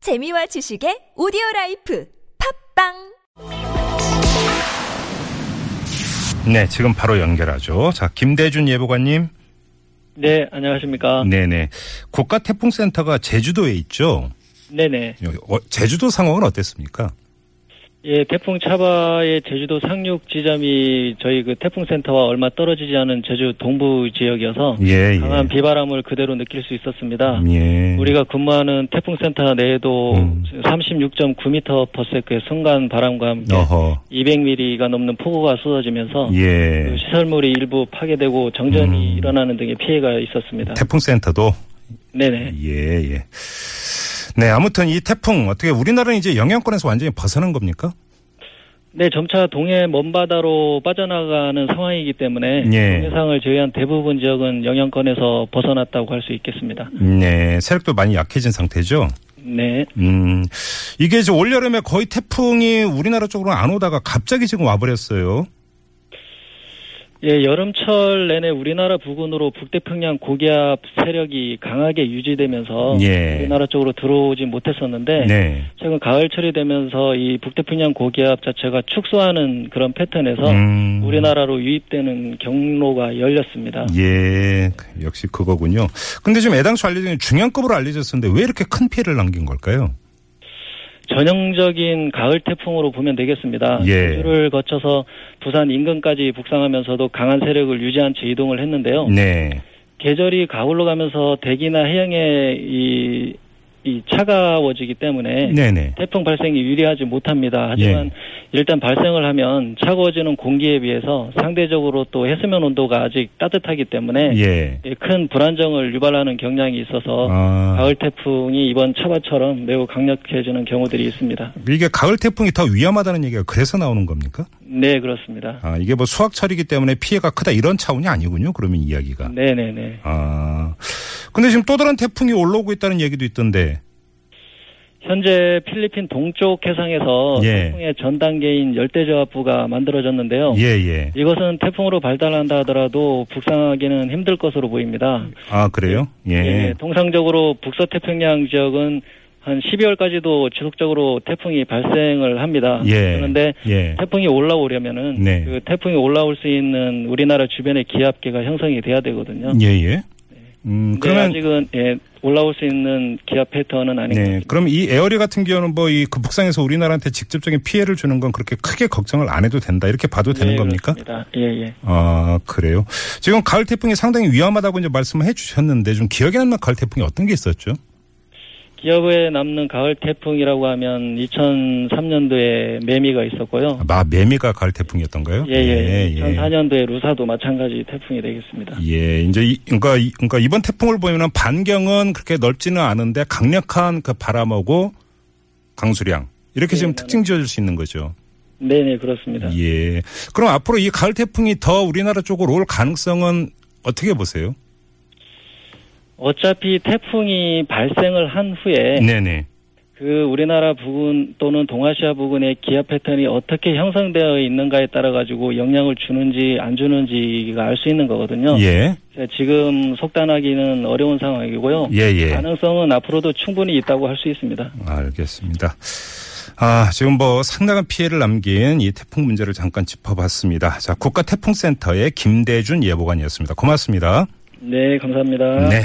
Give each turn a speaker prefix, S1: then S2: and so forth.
S1: 재미와 지식의 오디오 라이프 팝빵
S2: 네, 지금 바로 연결하죠. 자, 김대준 예보관님.
S3: 네, 안녕하십니까.
S2: 네네. 국가태풍센터가 제주도에 있죠.
S3: 네네.
S2: 어, 제주도 상황은 어땠습니까?
S3: 예, 태풍 차바의 제주도 상륙 지점이 저희 그 태풍센터와 얼마 떨어지지 않은 제주 동부 지역이어서
S2: 예, 예.
S3: 강한 비바람을 그대로 느낄 수 있었습니다.
S2: 예.
S3: 우리가 근무하는 태풍센터 내에도
S2: 음.
S3: 36.9m/s의 순간 바람과 함께
S2: 어허.
S3: 200mm가 넘는 폭우가 쏟아지면서 그
S2: 예.
S3: 시설물이 일부 파괴되고 정전이
S2: 음.
S3: 일어나는 등의 피해가 있었습니다.
S2: 태풍센터도.
S3: 네네.
S2: 예, 예. 네, 아무튼 이 태풍 어떻게 우리나라는 이제 영향권에서 완전히 벗어난 겁니까?
S3: 네, 점차 동해 먼바다로 빠져나가는 상황이기 때문에
S2: 예.
S3: 동해상을 제외한 대부분 지역은 영향권에서 벗어났다고 할 수 있겠습니다.
S2: 네, 세력도 많이 약해진 상태죠.
S3: 네,
S2: 음, 이게 이제 올여름에 거의 태풍이 우리나라 쪽으로 안 오다가 갑자기 지금 와버렸어요.
S3: 예, 여름철 내내 우리나라 부근으로 북태평양 고기압 세력이 강하게 유지되면서
S2: 예.
S3: 우리나라 쪽으로 들어오지 못했었는데
S2: 네.
S3: 최근 가을철이 되면서 이 북태평양 고기압 자체가 축소하는 그런 패턴에서
S2: 음.
S3: 우리나라로 유입되는 경로가 열렸습니다.
S2: 예, 역시 그거군요. 근데 지금 애당초 알려진 중량급으로 알려졌었는데 왜 이렇게 큰 피해를 남긴 걸까요?
S3: 전형적인 가을 태풍으로 보면 되겠습니다.
S2: 예.
S3: 제주를 거쳐서 부산 인근까지 북상하면서도 강한 세력을 유지한 채 이동을 했는데요.
S2: 네.
S3: 계절이 가을로 가면서 대기나 해양의 이, 이 차가워지기 때문에
S2: 네네.
S3: 태풍 발생이 유리하지 못합니다. 하지만
S2: 예.
S3: 일단 발생을 하면 차가워지는 공기에 비해서 상대적으로 또 해수면 온도가 아직 따뜻하기 때문에
S2: 예.
S3: 예, 큰 불안정을 유발하는 경향이 있어서
S2: 아,
S3: 가을 태풍이 이번 차바처럼 매우 강력해지는 경우들이 있습니다.
S2: 이게 가을 태풍이 더 위험하다는 얘기가 그래서 나오는 겁니까?
S3: 네, 그렇습니다.
S2: 아, 이게 뭐 수학철이기 때문에 피해가 크다 이런 차원이 아니군요. 그러면 이야기가.
S3: 네네네.
S2: 아. 근데 지금 또 다른 태풍이 올라오고 있다는 얘기도 있던데.
S3: 현재 필리핀 동쪽 해상에서
S2: 예.
S3: 태풍의 전 단계인 열대저압부가 만들어졌는데요.
S2: 예, 예.
S3: 이것은 태풍으로 발달한다 하더라도 북상하기는 힘들 것으로 보입니다.
S2: 아, 그래요?
S3: 예,
S2: 예.
S3: 통상적으로 북서태평양 지역은 한 12월까지도 지속적으로 태풍이 발생을 합니다.
S2: 예.
S3: 그런데
S2: 예.
S3: 태풍이 올라오려면은
S2: 네.
S3: 그 태풍이 올라올 수 있는 우리나라 주변의 기압계가 형성이 돼야 되거든요.
S2: 예, 예. 음,
S3: 그러
S2: 그러면
S3: 아직은 예, 올라올 수 있는 기압 패턴은 아닌 것
S2: 네. 그럼 이 에어리 같은 경우는 뭐 이 북상에서 우리나라한테 직접적인 피해를 주는 건 그렇게 크게 걱정을 안 해도 된다. 이렇게 봐도 되는
S3: 네,
S2: 겁니까?
S3: 그렇습니다. 예, 예.
S2: 아, 그래요. 지금 가을 태풍이 상당히 위험하다고 이제 말씀을 해 주셨는데 좀 기억에 남는 가을 태풍이 어떤 게 있었죠?
S3: 기업에 남는 가을 태풍이라고 하면 2003년도에 매미가 있었고요.
S2: 아, 매미가 가을 태풍이었던가요?
S3: 예, 예.
S2: 예,
S3: 2004년도에 루사도 마찬가지 태풍이 되겠습니다.
S2: 예, 이제 이, 그러니까 이- 그러니까 이번 태풍을 보면은 반경은 그렇게 넓지는 않은데 강력한 그 바람하고 강수량 이렇게
S3: 예,
S2: 지금
S3: 나는-
S2: 특징 지어줄 수 있는 거죠.
S3: 네, 네, 그렇습니다.
S2: 예. 그럼 앞으로 이 가을 태풍이 더 우리나라 쪽으로 올 가능성은 어떻게 보세요?
S3: 어차피 태풍이 발생을 한 후에
S2: 네네.
S3: 그 우리나라 부근 또는 동아시아 부근의 기압 패턴이 어떻게 형성되어 있는가에 따라 가지고 영향을 주는지 안 주는지가 알 수 있는 거거든요.
S2: 예.
S3: 지금 속단하기는 어려운 상황이고요.
S2: 예, 예.
S3: 가능성은 앞으로도 충분히 있다고 할 수 있습니다.
S2: 알겠습니다. 아, 지금 뭐 상당한 피해를 남긴 이 태풍 문제를 잠깐 짚어봤습니다. 자, 국가태풍센터의 김대준 예보관이었습니다. 고맙습니다.
S3: 네, 감사합니다.
S2: 네.